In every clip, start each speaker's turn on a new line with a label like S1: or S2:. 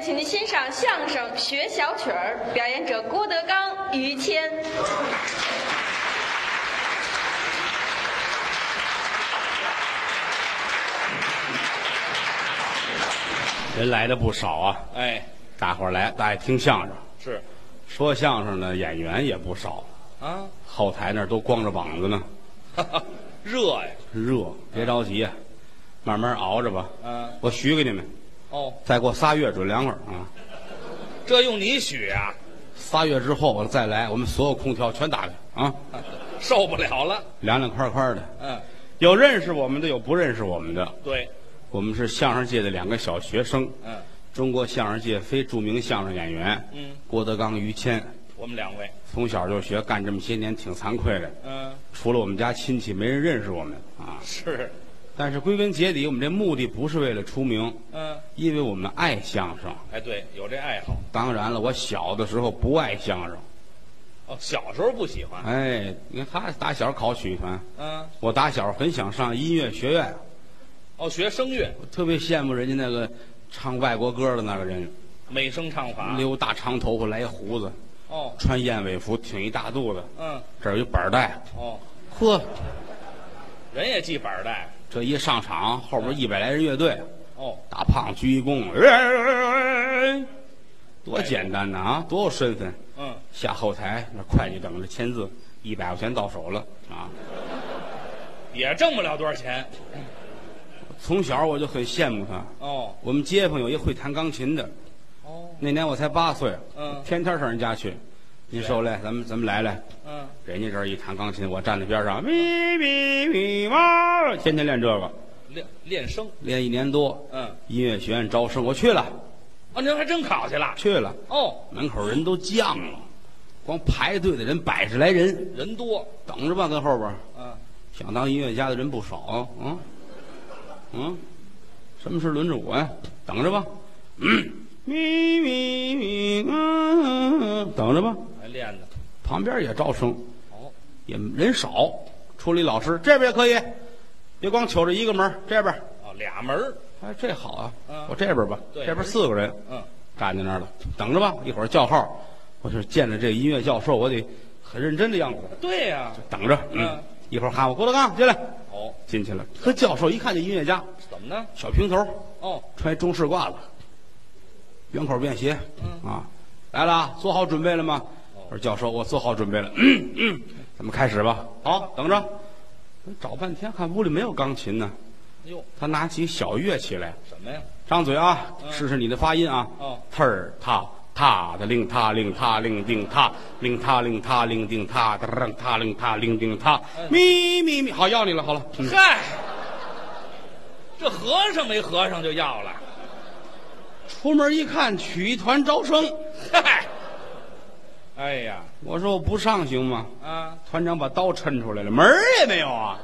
S1: 请您欣赏相声《学小曲儿》，表演者郭德纲、于谦。
S2: 人来的不少啊，
S3: 哎，
S2: 大伙儿来，大家听相声。
S3: 是
S2: 说相声呢，演员也不少，
S3: 啊，
S2: 后台那儿都光着膀子呢，
S3: 热呀，
S2: 热，别着急呀、慢慢熬着吧。
S3: 嗯
S2: 我许给你们，
S3: 哦，
S2: 再过仨月准凉快儿啊，
S3: 这用你许啊，
S2: 仨月之后我再来，我们所有空调全打开啊，
S3: 受不了了。
S2: 凉凉快快的。
S3: 嗯，
S2: 有认识我们的，有不认识我们的。
S3: 对，
S2: 我们是相声界的两个小学生，
S3: 嗯，
S2: 中国相声界非著名相声演员，
S3: 嗯，
S2: 郭德纲、于谦，
S3: 我们两位，
S2: 从小就学，干这么些年挺惭愧的。
S3: 嗯，
S2: 除了我们家亲戚，没人认识我们啊。
S3: 是，
S2: 但是归根结底，我们这目的不是为了出名，
S3: 嗯，
S2: 因为我们爱相声。
S3: 哎，对，有这爱好。
S2: 当然了，我小的时候不爱相声，
S3: 哦，小时候不喜欢，
S2: 哎，你看他打小考曲艺团，
S3: 嗯，
S2: 我打小很想上音乐学院，
S3: 哦，学声乐，
S2: 我特别羡慕人家那个唱外国歌的那个人，
S3: 美声唱法。
S2: 留大长头发，来一胡子，
S3: 哦，
S2: 穿燕尾服，挺一大肚子，
S3: 嗯，
S2: 这儿有一板带，
S3: 哦，
S2: 呵，
S3: 人也系板带。
S2: 这一上场，后边一百来人乐队，
S3: 哦，
S2: 大胖鞠一躬，哎哎哎哎多简单呐啊，多有身份。
S3: 嗯，
S2: 下后台，那会计等着签字，一百块钱到手了啊！
S3: 也挣不了多少钱。
S2: 从小我就很羡慕他。
S3: 哦，
S2: 我们街坊有一会弹钢琴的，
S3: 哦，
S2: 那年我才八岁，
S3: 嗯
S2: 天天上人家去。您受累，咱们咱们来来，
S3: 嗯，
S2: 人家这儿一弹钢琴，我站在边上，咪咪咪哇，天天练这个，
S3: 练练声。
S2: 练一年多。
S3: 嗯，
S2: 音乐学院招生，我去了，
S3: 哦，您还真考去了。
S2: 去了，
S3: 哦，
S2: 门口人都犟了，光排队的人百十来人，
S3: 人多。
S2: 等着吧，跟后边儿。
S3: 嗯，
S2: 想当音乐家的人不少啊，嗯，嗯，什么时候轮着我呀？等着吧， 嗯，咪咪咪，嗯，等着吧。
S3: 还练的。
S2: 旁边也招生，
S3: 哦，
S2: 也人少，出了一老师，这边也可以，别光瞅着一个门儿，这边儿，
S3: 哦，俩门儿。
S2: 哎，这好啊，
S3: 嗯
S2: 我这边吧，
S3: 对
S2: 这边四个人
S3: 嗯，
S2: 站在那儿了，等着吧，一会儿叫号，我就是见着这音乐教授，我得很认真的样子，
S3: 对呀、
S2: 等着，
S3: 嗯
S2: 一会儿喊我郭德纲进来。
S3: 哦，
S2: 进去了。可教授一看这音乐家，
S3: 怎么呢？
S2: 小平头，
S3: 哦，
S2: 穿一中式褂子，圆口便鞋，
S3: 嗯
S2: 啊，来了啊，做好准备了吗？我说教授，我做好准备了。嗯嗯，咱们开始吧。好，等着。找半天看屋里没有钢琴呢，
S3: 哟，
S2: 他拿起小乐器来，
S3: 哎什么呀？
S2: 张嘴啊，
S3: 嗯
S2: 试试你的发音啊。
S3: 哦
S2: 特儿踏踏的令踏令踏令定踏令踏令踏令定踏的让踏令踏令定踏
S3: 嗯
S2: 咪咪咪，好要你了，好了。嗯
S3: 嗨，这和尚没和尚就要了。
S2: 出门一看，曲艺团招生，
S3: 嗨，哎呀，
S2: 我说我不上行吗？
S3: 啊，
S2: 团长把刀抻出来了，门儿也没有啊！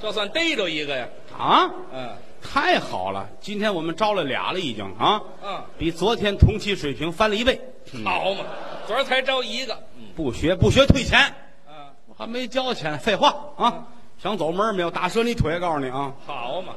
S3: 这算逮着一个呀。
S2: 啊，
S3: 嗯
S2: 太好了，今天我们招了俩了，已经啊，
S3: 嗯，
S2: 比昨天同期水平翻了一倍。
S3: 好嘛，昨儿才招一个。嗯
S2: 不学不学退钱，
S3: 啊，
S2: 我还没交钱，废话啊！想走门儿没有？打折你腿，告诉你啊！
S3: 好嘛，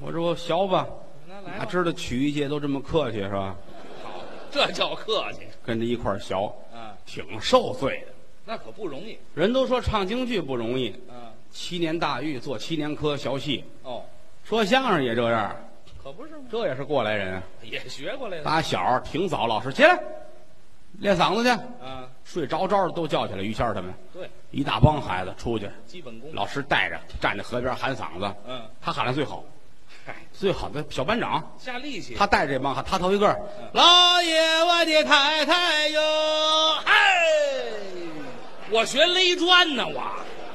S2: 我说我学吧，
S3: 那来
S2: 哪
S3: 吧，
S2: 知道曲艺界都这么客气是吧？
S3: 好，这叫客气。
S2: 跟着一块儿学，
S3: 啊，
S2: 挺受罪的。
S3: 那可不容易。
S2: 人都说唱京剧不容易，
S3: 嗯、
S2: 七年大狱做七年科学戏，
S3: 哦，
S2: 说相声也这样，
S3: 可不是吗？
S2: 这也是过来人啊。
S3: 也学过来的。
S2: 打小挺早，老师起来练嗓子去，
S3: 啊，
S2: 睡着着的都叫起来。于谦儿他们
S3: 对，
S2: 一大帮孩子出去，
S3: 基本功。
S2: 老师带着站在河边喊嗓子，
S3: 嗯，
S2: 他喊的最好，
S3: 嗨，
S2: 最好的小班长，
S3: 下力气。
S2: 他带着这帮孩子，他头一个，老爷我的太太哟，哎，
S3: 我学勒砖呢，我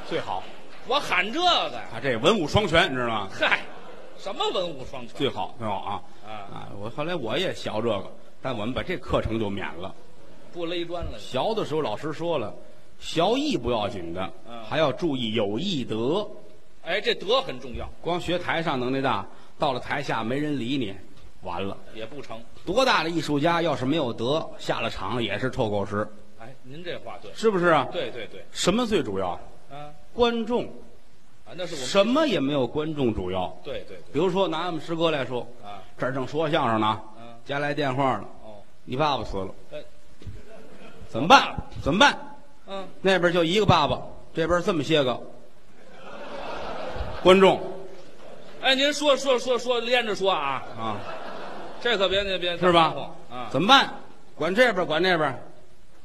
S2: 最好，
S3: 我喊这个呀。
S2: 他这文武双全，你知道吗？
S3: 嗨，什么文武双全？
S2: 最好，最好啊！
S3: 啊
S2: 啊，我后来我也学这个，但我们把这课程就免了。
S3: 不勒砖了。
S2: 学的时候老师说了，学艺不要紧的，
S3: 嗯
S2: 还要注意有艺德。
S3: 哎，这德很重要，
S2: 光学台上能耐大，到了台下没人理你，完了。
S3: 也不成。
S2: 多大的艺术家要是没有德，下了场也是臭狗屎，
S3: 哎，您这话对，
S2: 是不是啊？
S3: 对对对，
S2: 什么最主要？
S3: 啊
S2: 观众，
S3: 啊，那是我们
S2: 什么也没有观众主要。
S3: 对对对
S2: 比如说拿我们师哥来说，
S3: 啊
S2: 这儿正说相声呢，
S3: 啊，啊，
S2: 家来电话了，
S3: 哦，
S2: 你爸爸死了，
S3: 哎，
S2: 怎么办？怎么办？
S3: 嗯，
S2: 那边就一个爸爸，这边这么些个观众
S3: 哎，您说说说说，连着说啊，
S2: 啊，
S3: 这可别那别
S2: 是吧？
S3: 啊，
S2: 怎么办？管这边，管那边，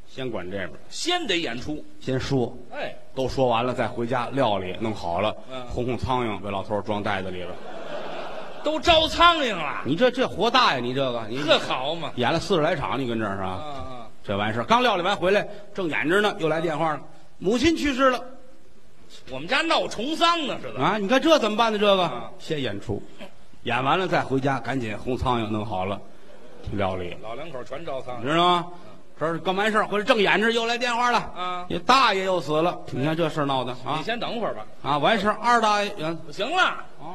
S2: 先管这边，
S3: 先得演出，
S2: 先说，
S3: 哎，
S2: 都说完了再回家料理，弄好了，
S3: 嗯
S2: 哄哄苍蝇，给老头儿装袋子里边。
S3: 都招苍蝇了，
S2: 你这这活大呀！你这个，你
S3: 这好嘛，
S2: 演了四十来场，你跟这儿是吧？
S3: 啊啊，
S2: 这完事儿刚料理完回来，正演着呢，又来电话了，母亲去世了
S3: 我们家闹虫桑呢似的，
S2: 啊！你看这怎么办呢？这个、
S3: 啊
S2: 先演出，演完了再回家，赶紧红苍蝇弄好了，料理，
S3: 老两口全招苍
S2: 你
S3: 蝇，
S2: 知道吗？这儿刚完事儿，回来正演着，又来电话了
S3: 啊
S2: 你大爷又死了，你看这事儿闹的啊
S3: 你先等会儿吧，
S2: 啊！完事儿二大爷，嗯
S3: 行了，
S2: 啊，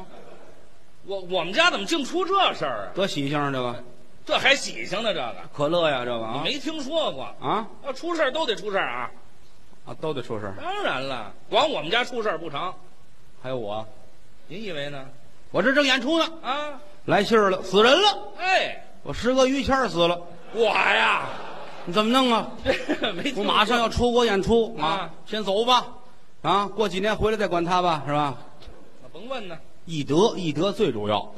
S3: 我我们家怎么净出这事儿啊？
S2: 多喜庆啊这个
S3: 这还喜庆呢，这个
S2: 可乐呀，这个啊
S3: 没听说过，
S2: 啊
S3: 要出事儿都得出事儿啊，
S2: 啊都得出事儿，
S3: 当然了，光我们家出事儿不成，
S2: 还有我，
S3: 您以为呢？
S2: 我这正演出呢，
S3: 啊，
S2: 来信儿了，死人了，
S3: 哎，
S2: 我师哥于谦儿死了，
S3: 我呀，
S2: 你怎么弄啊？
S3: 没听
S2: 我
S3: 说
S2: 马上要出国演出啊
S3: 啊，
S2: 先走吧，啊，过几年回来再管他吧，是吧？
S3: 那甭问呢，
S2: 义德，义德最主要，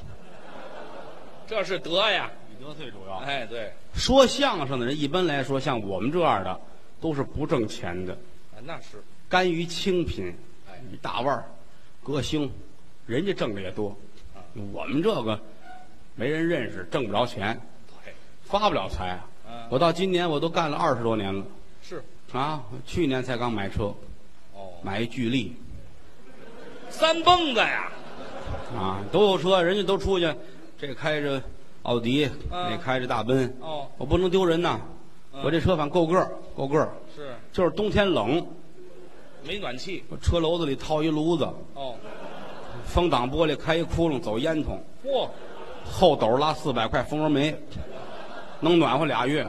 S3: 这是德呀。
S2: 义德最主要。
S3: 哎，对，
S2: 说相声的人一般来说，像我们这样的，都是不挣钱的，
S3: 啊那是，
S2: 甘于清贫
S3: 哎，
S2: 与大腕儿、歌星，人家挣的也多，我们这个没人认识，挣不着钱，
S3: 对，
S2: 发不了财。啊
S3: 嗯
S2: 我到今年我都干了二十多年了
S3: 是，
S2: 啊，去年才刚买车，
S3: 哦，
S2: 买一巨力。
S3: 三蹦子呀，
S2: 啊，都有车，人家都出去，这开着奥迪，那开着大奔，
S3: 哦，
S2: 我不能丢人呐。
S3: 嗯
S2: 我这车反正够个儿，够个儿，
S3: 是
S2: 就是冬天冷，
S3: 没暖气，
S2: 我车篓子里套一炉子，
S3: 哦，
S2: 风挡玻璃开一窟窿，走烟囱，
S3: 嚯，
S2: 后斗拉四百块蜂窝煤，能暖和俩月，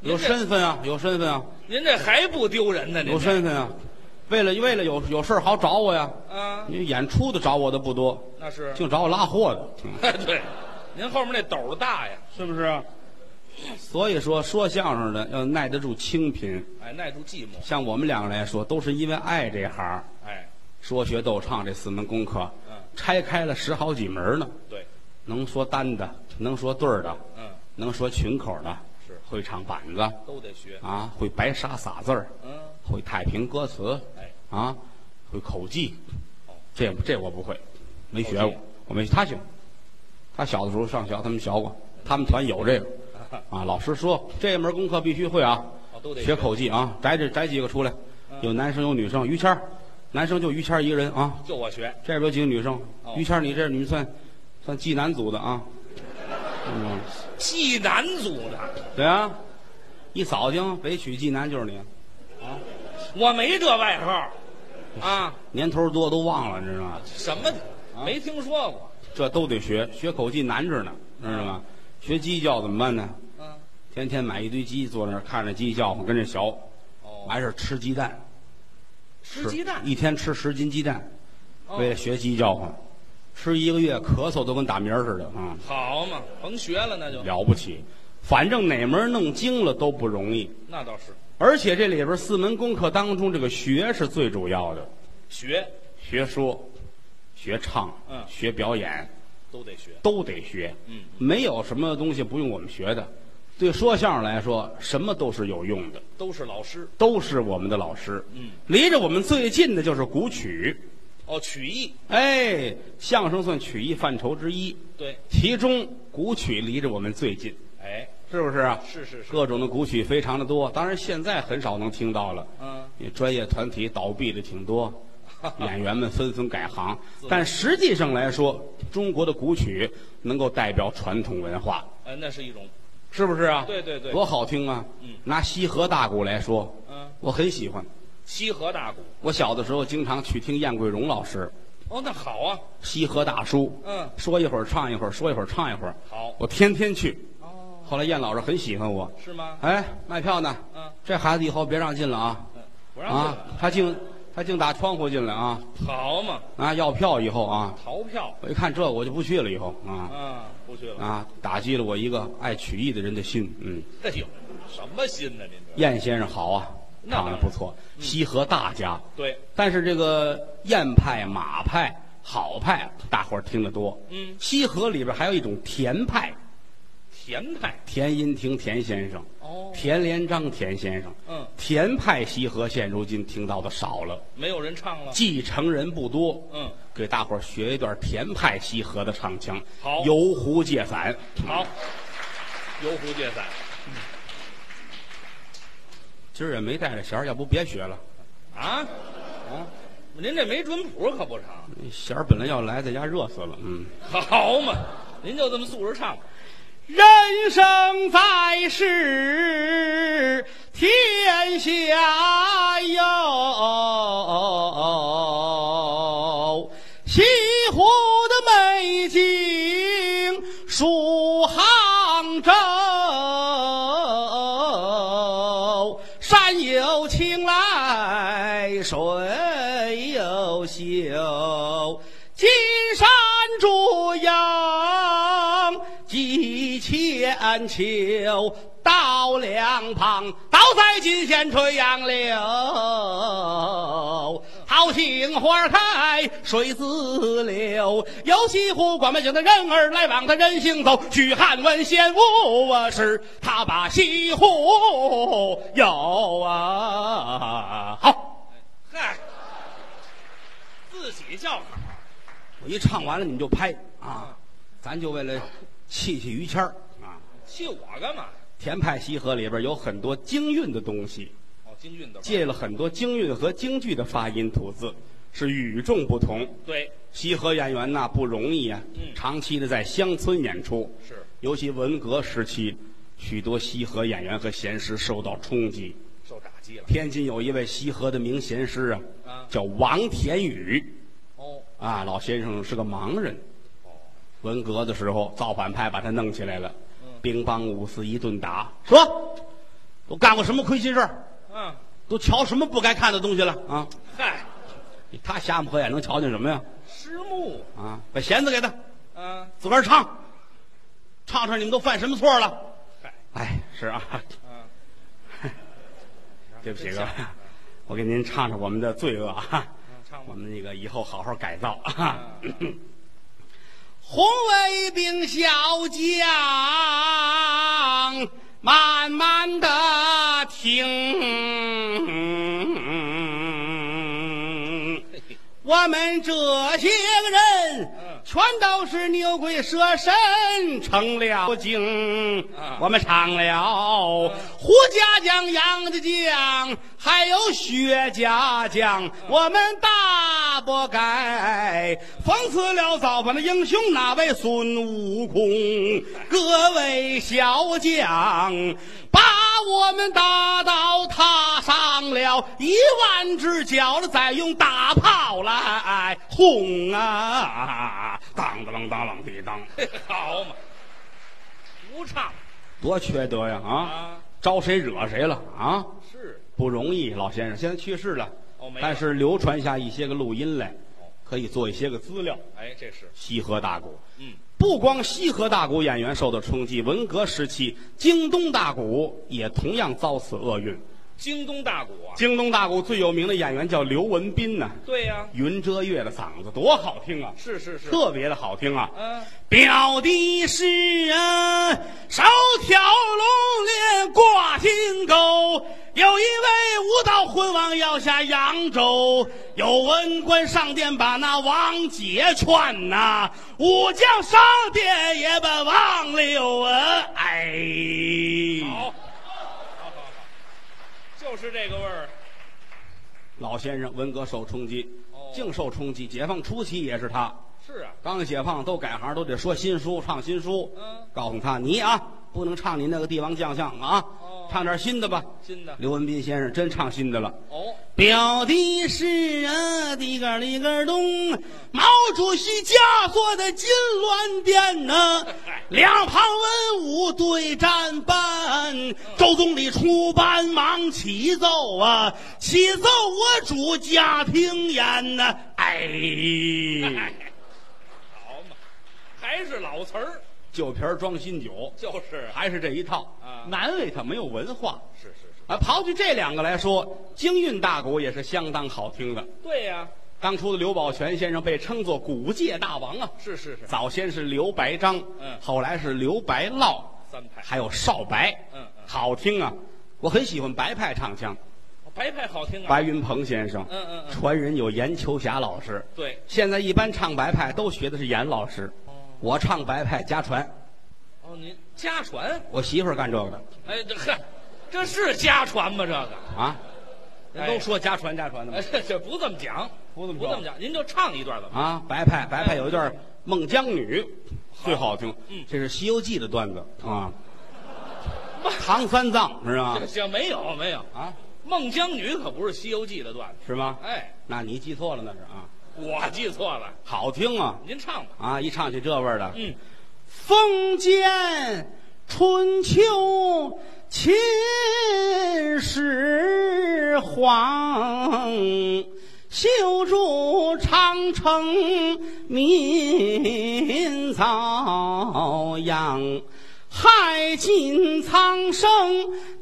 S2: 有
S3: 您这
S2: 身份啊，有身份啊，
S3: 您这还不丢人呢，您
S2: 有
S3: 这
S2: 身份啊。为了为了有有事儿好找我呀，
S3: 啊，
S2: 你演出的找我的不多，
S3: 那是，
S2: 净找我拉货的。嗯
S3: 哎，对，您后面那斗儿大呀，
S2: 是啊不是？所以说，说相声的要耐得住清贫。
S3: 哎，耐住寂寞，
S2: 像我们两个来说，都是因为爱这行，
S3: 哎，
S2: 说学逗唱这四门功课，
S3: 嗯，
S2: 拆开了十好几门呢。
S3: 对，
S2: 能说单的，能说对儿的，
S3: 嗯，
S2: 能说群口的，
S3: 是
S2: 会唱板子
S3: 都得学，
S2: 啊，会白沙撒字儿，
S3: 嗯，
S2: 会太平歌词
S3: 哎，
S2: 啊，会口技
S3: 哦。
S2: 这这我不会，没学
S3: 口
S2: 过
S3: 技，
S2: 我没他行。他小的时候上学，他们学过，
S3: 哎
S2: 他们团有这个。
S3: 啊，
S2: 啊，老师说这门功课必须会啊，
S3: 哦都得嗯
S2: 学口技啊，摘这摘几个出来，有男生有女生，于谦儿，男生就于谦儿一个人啊，
S3: 就我学，
S2: 这边有几个女生
S3: 哦，
S2: 于谦儿你这你们算算技男组的 啊，嗯，
S3: 济南组的，
S2: 对啊，一扫听北曲技男就是你，啊
S3: 我没这外号，啊，
S2: 年头多都忘了，你知道吗？
S3: 什么
S2: 啊
S3: 没听说过，
S2: 这都得学，学口技难着呢，知道吗？学鸡叫怎么办呢？
S3: 嗯，
S2: 天天买一堆鸡，坐那儿看着鸡叫唤，跟着学，
S3: 哦，
S2: 完事儿吃鸡蛋，
S3: 吃鸡蛋，
S2: 一天吃十斤鸡蛋。
S3: 哦
S2: 为了学鸡叫唤，吃一个月咳嗽都跟打鸣儿似的啊、
S3: 好嘛，甭学了那就，
S2: 了不起！反正哪门儿弄精了都不容易，
S3: 那倒是
S2: 而且这里边四门功课当中，这个学是最主要的，
S3: 学
S2: 学说、学唱、
S3: 嗯
S2: 学表演
S3: 都得学，
S2: 都得学，
S3: 嗯，
S2: 没有什么东西不用我们学的。对说相声来说，什么都是有用的，
S3: 都是老师，
S2: 都是我们的老师。
S3: 嗯，
S2: 离着我们最近的就是古曲，
S3: 哦，曲艺，
S2: 哎，相声算曲艺范畴之一。
S3: 对，
S2: 其中古曲离着我们最近，
S3: 哎，
S2: 是不是啊？
S3: 是是是，
S2: 各种的古曲非常的多，当然现在很少能听到了。
S3: 嗯，
S2: 也专业团体倒闭的挺 多，演员们纷纷改行
S3: 自。
S2: 但实际上来说，中国的古曲能够代表传统文化，
S3: 呃，那是一种，
S2: 是不是啊？
S3: 对对对
S2: 多好听啊！
S3: 嗯
S2: 拿西河大鼓来说，
S3: 嗯，
S2: 我很喜欢。
S3: 西河大鼓，
S2: 我小的时候经常去听燕桂荣老师，
S3: 哦，那好啊，
S2: 西河大叔，
S3: 嗯，
S2: 说一会儿唱一会儿，说一会儿唱一会儿，
S3: 好，
S2: 我天天去。
S3: 哦，
S2: 后来燕老师很喜欢我，
S3: 是吗？
S2: 哎，卖票呢，
S3: 嗯，
S2: 这孩子以后别让进了啊！
S3: 嗯不让进
S2: 啊
S3: 了，，
S2: 他净他净打窗户进来啊，
S3: 好嘛，
S2: 啊，要票以后啊，
S3: 逃票
S2: 我一看这我就不去了，以后啊
S3: 啊，不去了。
S2: 啊，打击了我一个爱曲艺的人的心。嗯，
S3: 哎呦，什么心呢？您这
S2: 燕先生好啊，
S3: 那当
S2: 唱
S3: 然
S2: 的不错，西河大家。
S3: 对，
S2: 但是这个燕派、马派、好派，大伙儿听得多。
S3: 嗯，
S2: 西河里边还有一种田派，
S3: 田派
S2: 田英亭田先生，
S3: 哦
S2: 田连章田先生。
S3: 嗯，
S2: 田派西河现如今听到的少了，
S3: 没有人唱了。
S2: 继承人不多。
S3: 嗯，
S2: 给大伙儿学一段田派西河的唱腔。
S3: 好
S2: 游湖借伞。
S3: 好，游湖借伞
S2: 今儿也没带着弦儿，要不别学了。
S3: 啊啊！您这没准谱可不成。
S2: 弦儿本来要来，在家热死了。嗯，
S3: 好嘛，您就这么素着唱吧。
S2: 人生在世，天下有西湖的美景数杭州，山有青来水有秀，金山竹影几千秋。道两旁，倒在金线垂杨柳。好杏花开，水自流。游西湖，管门行的人儿来往，他人行走。许汉文献物，我啊是他把西湖游啊。好，
S3: 嗨，自己叫好。
S2: 我一唱完了你们就拍啊，咱就为了气气于谦儿啊。
S3: 气我干嘛？
S2: 田派西河里边有很多京韵的东西，
S3: 哦，京韵的吧
S2: 借了很多京韵和京剧的发音吐字，是与众不同。
S3: 对，
S2: 西河演员呐不容易啊，
S3: 嗯
S2: 长期的在乡村演出，
S3: 是
S2: 尤其文革时期，许多西河演员和弦师受到冲击。
S3: 受打击了
S2: 天津有一位西河的名弦师啊，
S3: 啊
S2: 叫王田宇
S3: 哦
S2: 啊，老先生是个盲人，
S3: 哦，
S2: 文革的时候造反派把他弄起来了
S3: 嗯，
S2: 兵帮五四一顿打，说都干过什么亏心事儿，
S3: 嗯，
S2: 都瞧什么不该看的东西了啊？
S3: 嗨，
S2: 他瞎不合眼能瞧见什么呀？
S3: 师母
S2: 啊，把弦子给他，
S3: 啊，
S2: 自个儿唱，唱唱你们都犯什么错了？
S3: 嗨，
S2: 哎，是啊，
S3: 嗯，
S2: 对不起各位，啊 我给您唱唱我们的罪恶啊，
S3: 嗯唱吧嗯
S2: 我们那个以后好好改造啊。 红卫兵小将，慢慢的听。
S3: 嘿嘿
S2: 我们这些个人
S3: 嗯，
S2: 全都是牛鬼蛇神成了精。
S3: 啊
S2: 我们唱了胡家将、杨家将，还有薛家将，我们大不该讽刺了造反的英雄那位孙悟空。各位小将，把我们打倒，踏上了一万只脚了，再用大炮来轰啊！当当当啷滴当，
S3: 嘿好嘛，不唱
S2: 多缺德呀啊！
S3: 啊，
S2: 招谁惹谁了啊？
S3: 是
S2: 不容易，老先生现在去世了，
S3: 哦没了
S2: 但是流传下一些个录音来
S3: 哦，
S2: 可以做一些个资料。
S3: 哎，这是
S2: 西河大鼓，
S3: 嗯，
S2: 不光西河大鼓演员受到冲击，文革时期京东大鼓也同样遭此厄运。
S3: 京东大鼓啊，
S2: 京东大鼓最有名的演员叫刘文斌呐，
S3: 对呀，
S2: 云遮月的嗓子多好听啊，
S3: 是是是，
S2: 特别的好听啊。
S3: 嗯，
S2: 表弟是啊，手挑龙帘挂金钩，有一位武道昏王要下扬州，有文官上殿把那王解劝呐、武将上殿也把王六啊，哎，
S3: 好，好好好，就是这个味儿，
S2: 老先生文革受冲击
S3: 哦，
S2: 净受冲击，解放初期也是他。
S3: 是啊，
S2: 刚解放都改行，都得说新书，唱新书。
S3: 嗯
S2: 告诉他你啊，不能唱你那个帝王将相啊，
S3: 哦
S2: 唱点新的吧。
S3: 新的
S2: 刘文斌先生真唱新的了。
S3: 哦，
S2: 表弟是啊，的个儿里个儿咚，毛主席家坐的 金銮殿呐，两旁文武对战班，门，周总理出班忙起奏啊，起奏我主家听言呐、 哎，
S3: 哎，好嘛，还是老词儿，
S2: 旧瓶儿装新酒，
S3: 就是啊，
S2: 还是这一套
S3: 啊
S2: 难为他没有文化
S3: 是是是，
S2: 啊。刨去这两个来说，京韵大鼓也是相当好听的。
S3: 对呀、
S2: 当初的刘宝全先生被称作鼓界大王啊，
S3: 是是是，
S2: 早先是刘白章，
S3: 嗯
S2: 后来是刘白落，
S3: 三派，
S2: 还有少白，
S3: 嗯嗯
S2: 好听啊，我很喜欢白派唱腔，
S3: 白派好听啊，
S2: 白云鹏先生，
S3: 嗯嗯嗯，
S2: 传人有严秋霞老师，
S3: 对，
S2: 现在一般唱白派都学的是严老师，
S3: 哦
S2: 我唱白派家传，
S3: 哦，您家传，
S2: 我媳妇儿干这个的
S3: 哎，这呵，这是家传吗？这个，
S2: 啊，人
S3: 哎
S2: 都说家传家传的嘛
S3: 哎，这这不这么讲，
S2: 不这么
S3: 不
S2: 说
S3: 这么讲，您就唱一段吧。
S2: 啊，白派白派有一段《孟姜女》最好听，
S3: 嗯
S2: 这是《西游记》的段子 啊，唐三藏是吧
S3: 这？行，没有没有，
S2: 啊，
S3: 孟姜女可不是《西游记》的段子，
S2: 是吗？
S3: 哎，
S2: 那你记错了那是啊，
S3: 我记错了，
S2: 好听啊
S3: 您唱吧。
S2: 啊，一唱起这味儿的，
S3: 嗯，
S2: 风间春秋秦始皇，修筑长城民遭殃。害尽苍生，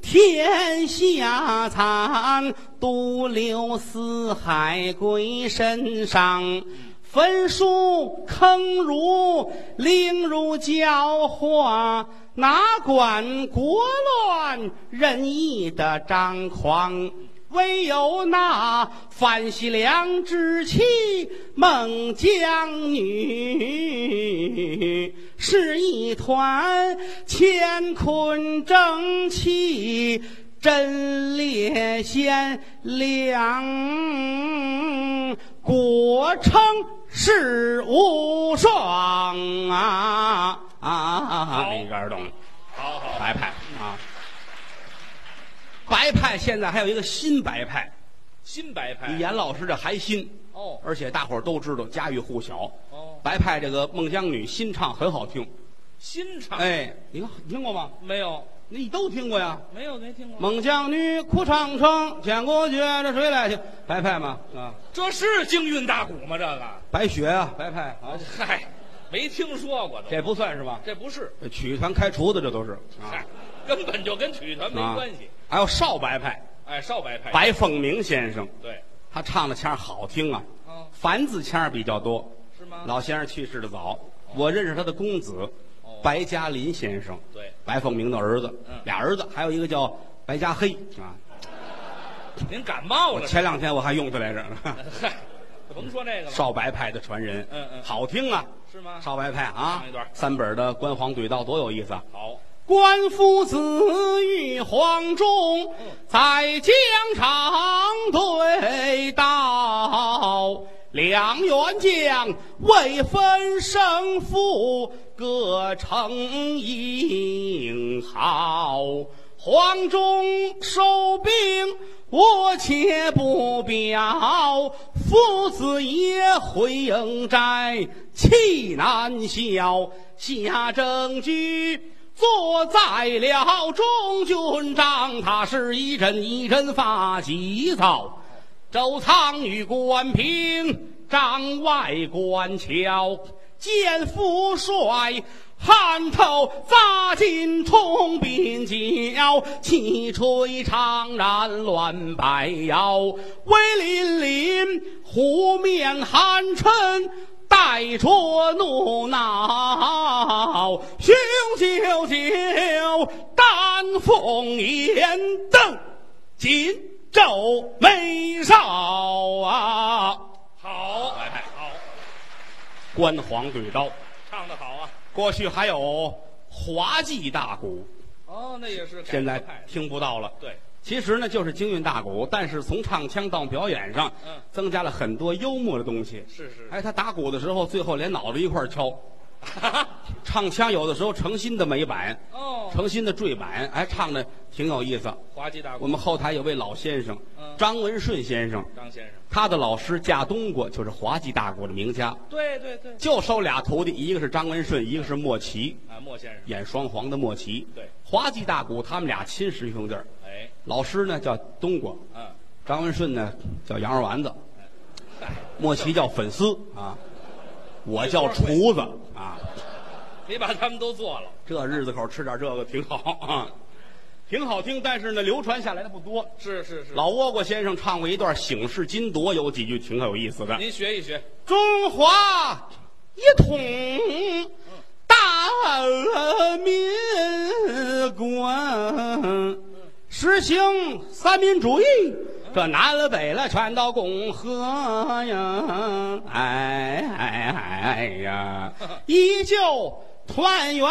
S2: 天下惨；独留四海归身上。焚书坑儒，凌辱教化，哪管国乱仁义的张狂？唯有那反西凉之气，孟姜女是一团乾坤正气，真烈贤良，国称世无双啊！啊啊！里边懂，
S3: 好好，
S2: 白派啊，白派现在还有一个新白派，
S3: 新白派
S2: 比严老师这还新，
S3: 哦
S2: 而且大伙儿都知道，家喻户晓。
S3: 哦，
S2: 白派这个《孟姜女》新唱很好听，
S3: 新唱
S2: 哎，你看你听过吗？
S3: 没有
S2: 你都听过呀，
S3: 没有没听
S2: 《
S3: 过，
S2: 孟姜女》哭长城，见过雪，这谁来听？白派嘛，啊，
S3: 这是京韵大鼓吗？这个
S2: 白雪啊，白派啊，
S3: 嗨，没听说过都，
S2: 这不算是吧？
S3: 这不是
S2: 这曲艺团开除的，这都是啊
S3: 嗨，根本就跟曲艺团没
S2: 啊
S3: 关系。
S2: 还有少白派，
S3: 哎，少白派
S2: 白凤鸣先生，
S3: 对，
S2: 他唱的腔儿好听啊，
S3: 哦，
S2: 繁字腔儿比较多。
S3: 是吗？
S2: 老先生去世的早，我认识他的公子
S3: 哦
S2: 白嘉林先生，
S3: 对，
S2: 白凤鸣的儿子
S3: 嗯，
S2: 俩儿子，还有一个叫白嘉黑啊。
S3: 您感冒
S2: 我
S3: 了？
S2: 前两天我还用他来着，
S3: 嗨，甭说这个了，
S2: 少白派的传人，
S3: 嗯嗯
S2: 好听啊，
S3: 是吗？
S2: 少白派啊
S3: 唱一段，
S2: 三本的关黄怼道多有意思啊！
S3: 好，
S2: 关夫子与黄忠在疆场对道，两员将未分胜负，各逞英豪。黄忠收兵，我且不表；夫子爷回营寨，气难消。下正居。坐在了中军帐，他是一阵一阵发急躁。周仓与关平帐外观瞧，见父帅汗头扎进冲鬓角，气吹长髯乱摆摇，威凛凛，湖面寒嗔。带着怒恼，雄赳赳，丹凤眼瞪，紧皱眉梢啊！
S3: 好，白派好，
S2: 关黄怼刀，
S3: 唱的好啊。
S2: 过去还有滑稽大鼓，
S3: 哦，那也是改
S2: 现
S3: 革
S2: 在
S3: 派的
S2: 听不到了。
S3: 对，
S2: 其实呢，就是京韵大鼓，但是从唱腔到表演上
S3: 嗯，
S2: 增加了很多幽默的东西。
S3: 是是，
S2: 哎哎，他打鼓的时候，最后连脑袋一块儿敲， 唱腔有的时候成新的美版，
S3: 哦，
S2: 成新的坠版，哎，唱的挺有意思。
S3: 滑稽大
S2: 我
S3: 鼓，
S2: 们后台有位老先生
S3: 嗯，
S2: 张文顺先生，
S3: 张先生，
S2: 他的老师架冬瓜，就是滑稽大鼓的名家，
S3: 对对对，
S2: 就收俩徒弟，一个是张文顺，一个是莫奇，
S3: 啊，莫先生，
S2: 演双簧的莫奇。
S3: 对，
S2: 滑稽大鼓，他们俩亲师兄弟儿。
S3: 哎，
S2: 老师呢叫冬瓜，
S3: 嗯，
S2: 张文顺呢叫羊肉丸子，
S3: 哎，
S2: 莫奇叫粉丝啊，我叫厨子啊。
S3: 你把他们都做了，
S2: 这日子口吃点这个挺好啊，挺好听，但是呢，流传下来的不多。
S3: 是是是，
S2: 老倭瓜先生唱过一段《醒世金铎》，有几句挺有意思的。
S3: 您学一学，
S2: 中华一统大民国，实行三民主义，这南了北了全都共和呀！哎哎哎哎呀，依旧。团圆，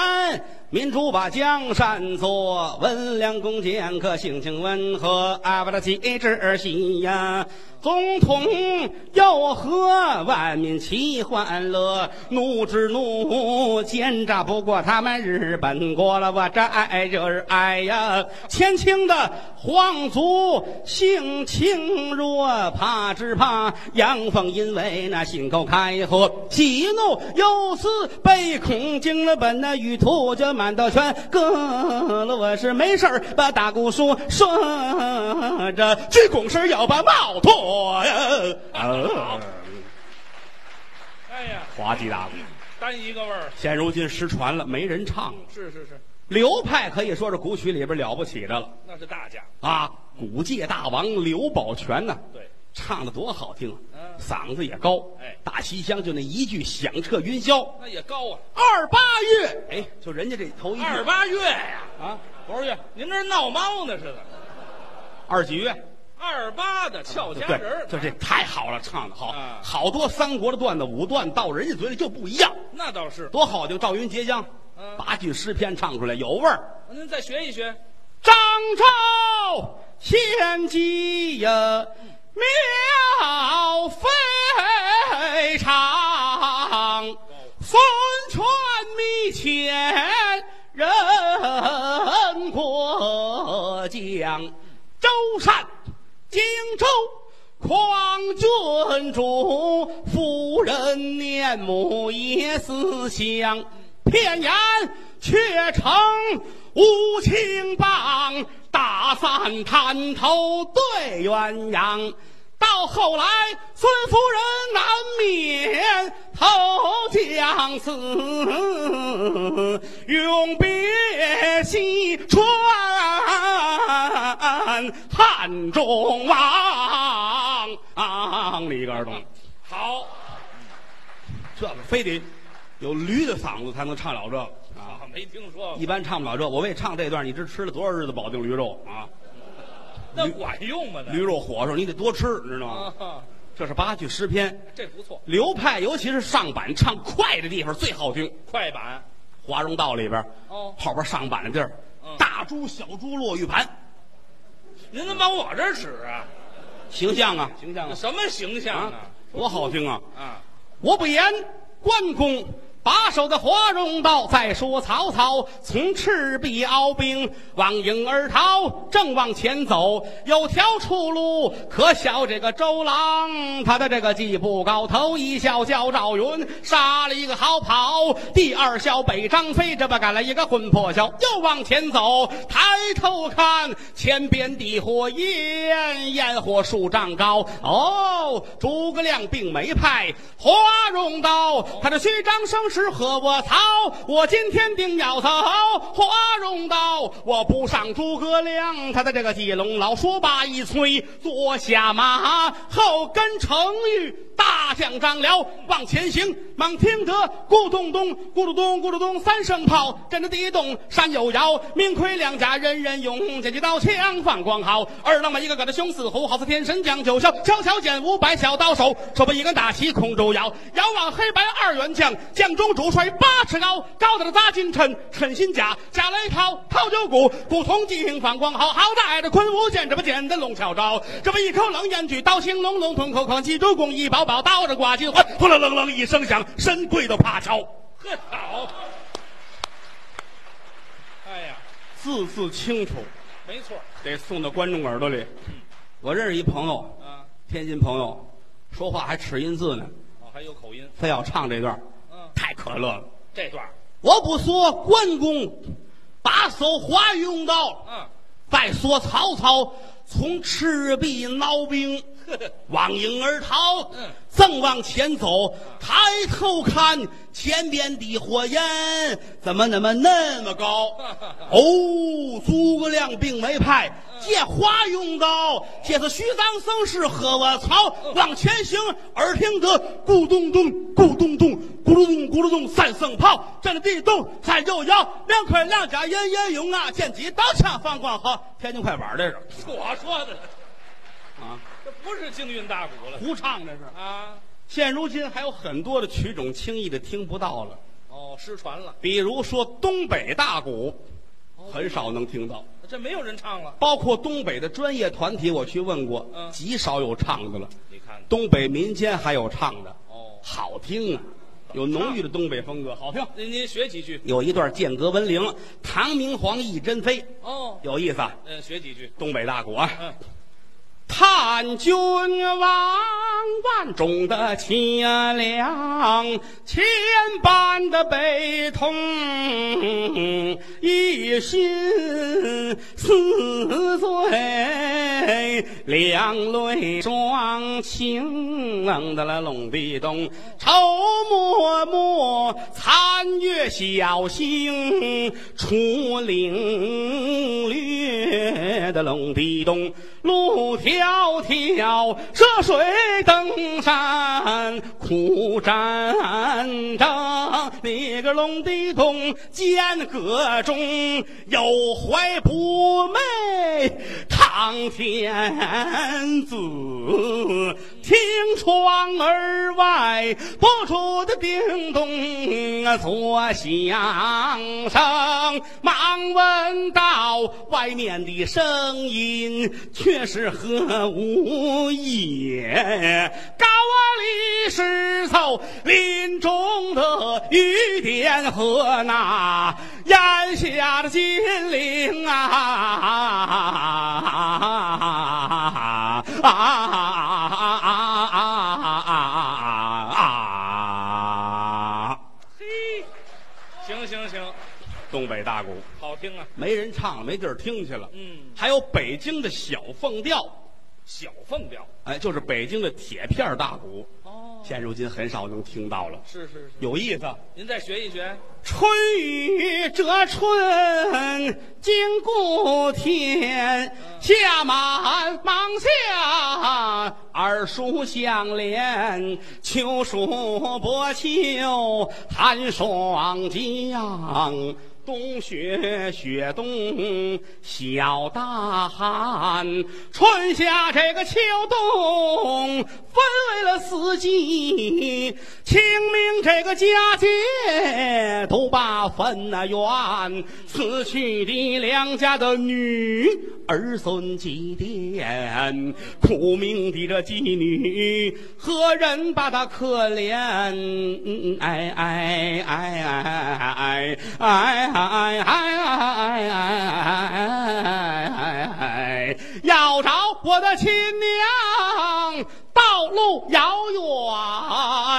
S2: 民主把江山做，温良恭俭克，性情温和，阿巴拉奇之喜呀。总统要和万民齐欢乐，怒之怒，奸诈不过他们日本国了，我这爱就是爱呀。前清的皇族性情弱，怕只怕阳奉阴违，那信口开河，喜怒忧思被恐惊了本，那与兔就满道全割了。我是没事儿把大鼓说说着，鞠躬时要把帽脱呀。
S3: 呃
S2: 啊
S3: 哎呀，
S2: 滑稽啊大鼓，
S3: 单一个味儿，
S2: 现如今失传了，没人唱了。
S3: 是是是，
S2: 流派可以说是古曲里边了不起的了
S3: 那是大家，
S2: 啊！古界大王刘宝全呐，
S3: 对，
S2: 唱的多好听啊
S3: 嗯，
S2: 嗓子也高。
S3: 哎
S2: 大西厢就那一句响彻云霄。
S3: 那也高啊，
S2: 二八月，哎，就人家这头一句
S3: 二八月呀，
S2: 啊，
S3: 多少月？您这是闹猫呢似的，
S2: 二几月？
S3: 二八的俏佳人
S2: 对
S3: 儿，，嗯
S2: 就这太好了，唱的好
S3: 啊，
S2: 好多三国的段子、武段到人家嘴里就不一样，
S3: 那倒是，
S2: 多好听！赵云截江
S3: 嗯，
S2: 八句诗篇唱出来有味儿。
S3: 您再学一学，
S2: 张昭献计呀，妙非常，孙权密遣人过江，周善荆州。匡郡主夫人念母也思乡，片言却成无情棒，打散滩头对鸳鸯。到后来，孙夫人难免投江死，永别西川汉中王。啊，你个儿懂？
S3: 好，
S2: 这个非得有驴的嗓子才能唱了这个啊！
S3: 啊，没听说过
S2: 一，般唱不了这。我为唱这段，你知吃了多少日子保定驴肉啊？
S3: 那管用吗？那
S2: 驴肉火烧，你得多吃，你知道吗？
S3: 啊，
S2: 这是八句诗篇。
S3: 这不错，
S2: 流派，尤其是上板唱快的地方最好听。
S3: 快板，
S2: 华容道里边，
S3: 哦
S2: 后边上板的地儿，
S3: 嗯
S2: 大珠小珠落玉盘，
S3: 您怎么往我这儿指啊？
S2: 形象啊，形象
S3: 什么形象
S2: 啊
S3: 啊？，
S2: 多好听啊！
S3: 啊，
S2: 我不言关公把守的华容道，再说曹操从赤壁鏖兵望营而逃，正往前走，有条出路，可笑这个周郎他的这个技不高，头一笑叫赵云，杀了一个好跑，第二笑北张飞，这不赶了一个魂破笑，又往前走，抬头看前边地火焰，焰火数丈高，哦，诸葛亮并没派华容道，他这虚张声势和我操，我今天定要走华容道，我不上诸葛亮，他的这个地龙老说罢一催，坐下马，后跟程昱大将张辽往前行，忙听得咕咚咚、咕噜咚、咕噜咚三声炮，震得地动山有摇。命亏两家人人勇，捡起刀枪放光豪。二郎马一个个的凶似虎，好似天神降九霄。悄悄捡五百小刀手，手把一根大旗空中摇。遥望黑白二元将，将中主帅八尺高，高大的扎金衬，衬新甲，甲雷涛，掏九股，古铜镜放光豪。好歹这昆吾剑，这不简单龙巧招。这么一口冷烟举，刀青龙龙瞳口宽，记住工艺宝宝，刀着挂金环，轰隆隆隆一声响，神龟都怕敲。
S3: 呵，好。哎呀，
S2: 字字清楚，
S3: 没错儿，
S2: 得送到观众耳朵里。我认识一朋友，
S3: 啊，
S2: 天津朋友，说话还齿音字呢，
S3: 哦，还有口音，
S2: 非要唱这段，
S3: 嗯，
S2: 太可乐了。
S3: 这段儿，
S2: 我不说关公把守华容道，
S3: 嗯，
S2: 再说曹操从赤壁闹兵，望营而逃
S3: 嗯。
S2: 正往前走，抬头看前边的火焰，怎么怎么那么高？哦，诸葛亮并没派借花用刀，借此虚张声势和我曹往前行。耳听得咕咚咚，咕咚咚，咕噜咚，咕噜咚，三声炮震地动，三又摇，两盔两甲人人勇啊！剑戟刀枪放光好，天津快板这是
S3: 我说的，
S2: 啊，
S3: 这不是京韵大 鼓了
S2: 胡唱这是。
S3: 啊，
S2: 现如今还有很多的曲种轻易的听不到了，
S3: 哦，失传了，
S2: 比如说东北大鼓，很少能听到。
S3: 这没有人唱了。
S2: 包括东北的专业团体，我去问过，
S3: 嗯
S2: 极少有唱的了。
S3: 你看，
S2: 东北民间还有唱的，
S3: 哦，
S2: 好听啊，有浓郁的东北风格，好听。
S3: 您您学几句
S2: 有一段剑阁文陵，唐明皇一针飞，
S3: 哦，
S2: 有意思啊，
S3: 嗯，学几句，
S2: 东北大鼓啊。
S3: 嗯，
S2: 叹君王万种的凄凉，千般的悲痛，一心似醉，两泪双倾。冷的了隆地咚，愁默默，残月小星，出领略的隆地咚，路迢迢，涉水登山，苦战争。那个隆地咚，间隔中有怀不寐，堂天子听窗而外不住的叮咚啊作响声，忙问道外面的声音却是何物也？高啊里是奏林中的雨点和那檐下的金铃啊！啊啊啊啊！
S3: 嘿，行行行，
S2: 东北大鼓
S3: 好听啊，
S2: 没人唱了，没地儿听去了。
S3: 嗯，
S2: 还有北京的小凤调，
S3: 小凤调，
S2: 哎，就是北京的铁片大鼓，
S3: 哦，
S2: 现如今很少能听到了，
S3: 是是是，
S2: 有意思。
S3: 您再学一学，
S2: 春雨折春金固天，下满芒夏，二暑相连，秋暑薄秋，寒霜降。冬雪雪冬，小大寒；春夏这个秋冬，分为了四季。清明这个佳节，都把分那圆。死去的娘家的女儿孙祭奠，苦命的这妓女，何人把她可怜？嗯哎哎哎哎哎哎哎哎哎哎哎哎！要找我的亲娘，道路遥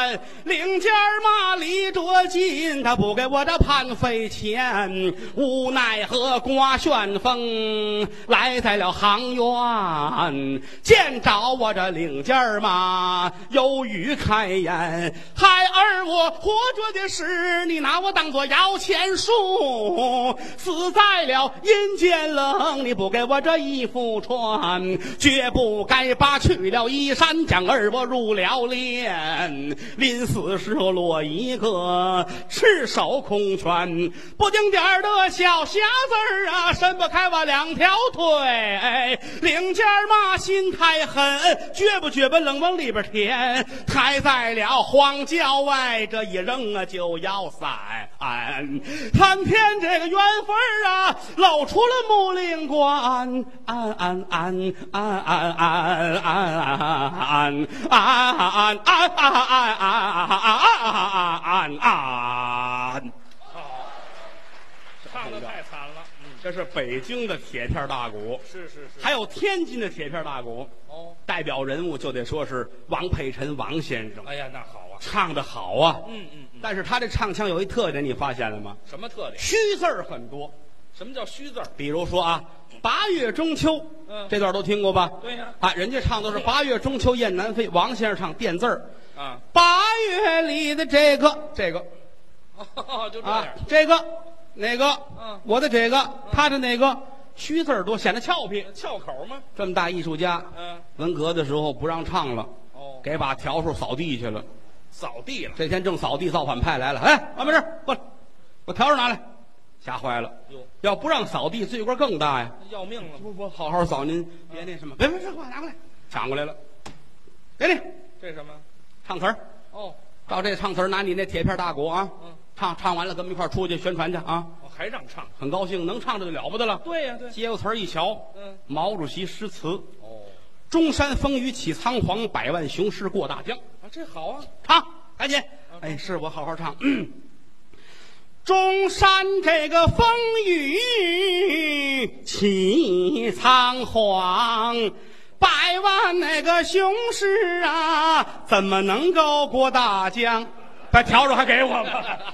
S2: 远，领尖儿嘛离着近，他不给我这盘费钱，无奈何刮旋风来在了行院，见着我这领尖儿嘛，有雨开眼，孩儿我活着的时，你拿我当做摇钱树，死在了阴间冷，你不给我这衣服穿，绝不该把去了衣衫，将儿我入了殓。临死时候落一个赤手空拳，不丁点儿的小匣子儿啊，伸不开我两条腿。领尖儿嘛，心太狠，撅不撅吧，冷往里边填。抬在了荒郊外，这一扔啊就要散。谈天这个缘分儿啊，老出了木林关，安安安安安安安安安安安安安安安安。
S3: 唱的太惨了。嗯，
S2: 这是北京的铁片大鼓，
S3: 是是是。
S2: 还有天津的铁片大鼓，
S3: 哦，
S2: 代表人物就得说是王佩臣王先生，
S3: 哎呀，那好啊。
S2: 唱的好啊。
S3: 嗯嗯嗯。
S2: 但是他这唱腔有一特点，你发现了吗？
S3: 什么特点？
S2: 虚字儿很多。
S3: 什么叫虚字儿？
S2: 比如说啊，八月中秋，
S3: 嗯
S2: 这段都听过吧？
S3: 对呀
S2: 啊，人家唱都是八月中秋雁南飞，王先生唱垫字儿，
S3: 啊，
S2: 八月里的这个这个
S3: 哦，就这
S2: 啊
S3: 样。，
S2: 这个那个，
S3: 嗯
S2: 我的这个，他的那个，虚字儿多，显得俏皮。
S3: 翘口吗？
S2: 这么大艺术家，
S3: 嗯，
S2: 文革的时候不让唱了，
S3: 哦，
S2: 给把笤帚扫地去了。
S3: 扫地了。
S2: 这天正扫地，造反派来了，哎，王没事，过来，把笤帚拿来，吓坏了。
S3: 哟，
S2: 要不让扫地，罪过更大呀。
S3: 要命了吗？
S2: 不不，好好扫您，别那什么，别别别，给我拿过来，抢过来了，给你
S3: 这什么？
S2: 唱词儿，
S3: 哦，
S2: 照这唱词儿拿你那铁片大鼓啊，
S3: 嗯
S2: 唱唱完了，跟我们一块儿出去宣传去啊，
S3: 哦还让唱？
S2: 很高兴，能唱这就了不得了。
S3: 对呀，对。
S2: 接过词儿一瞧，
S3: 嗯，
S2: 毛主席诗词
S3: 哦，
S2: “中山风雨起苍黄，百万雄师过大江
S3: 啊，这好啊。”，
S2: 唱，赶紧，哎，是我好好唱。 嗯中山这个风雨起苍黄，百万那个雄师啊，怎么能够过大江？把笤帚还给我吧。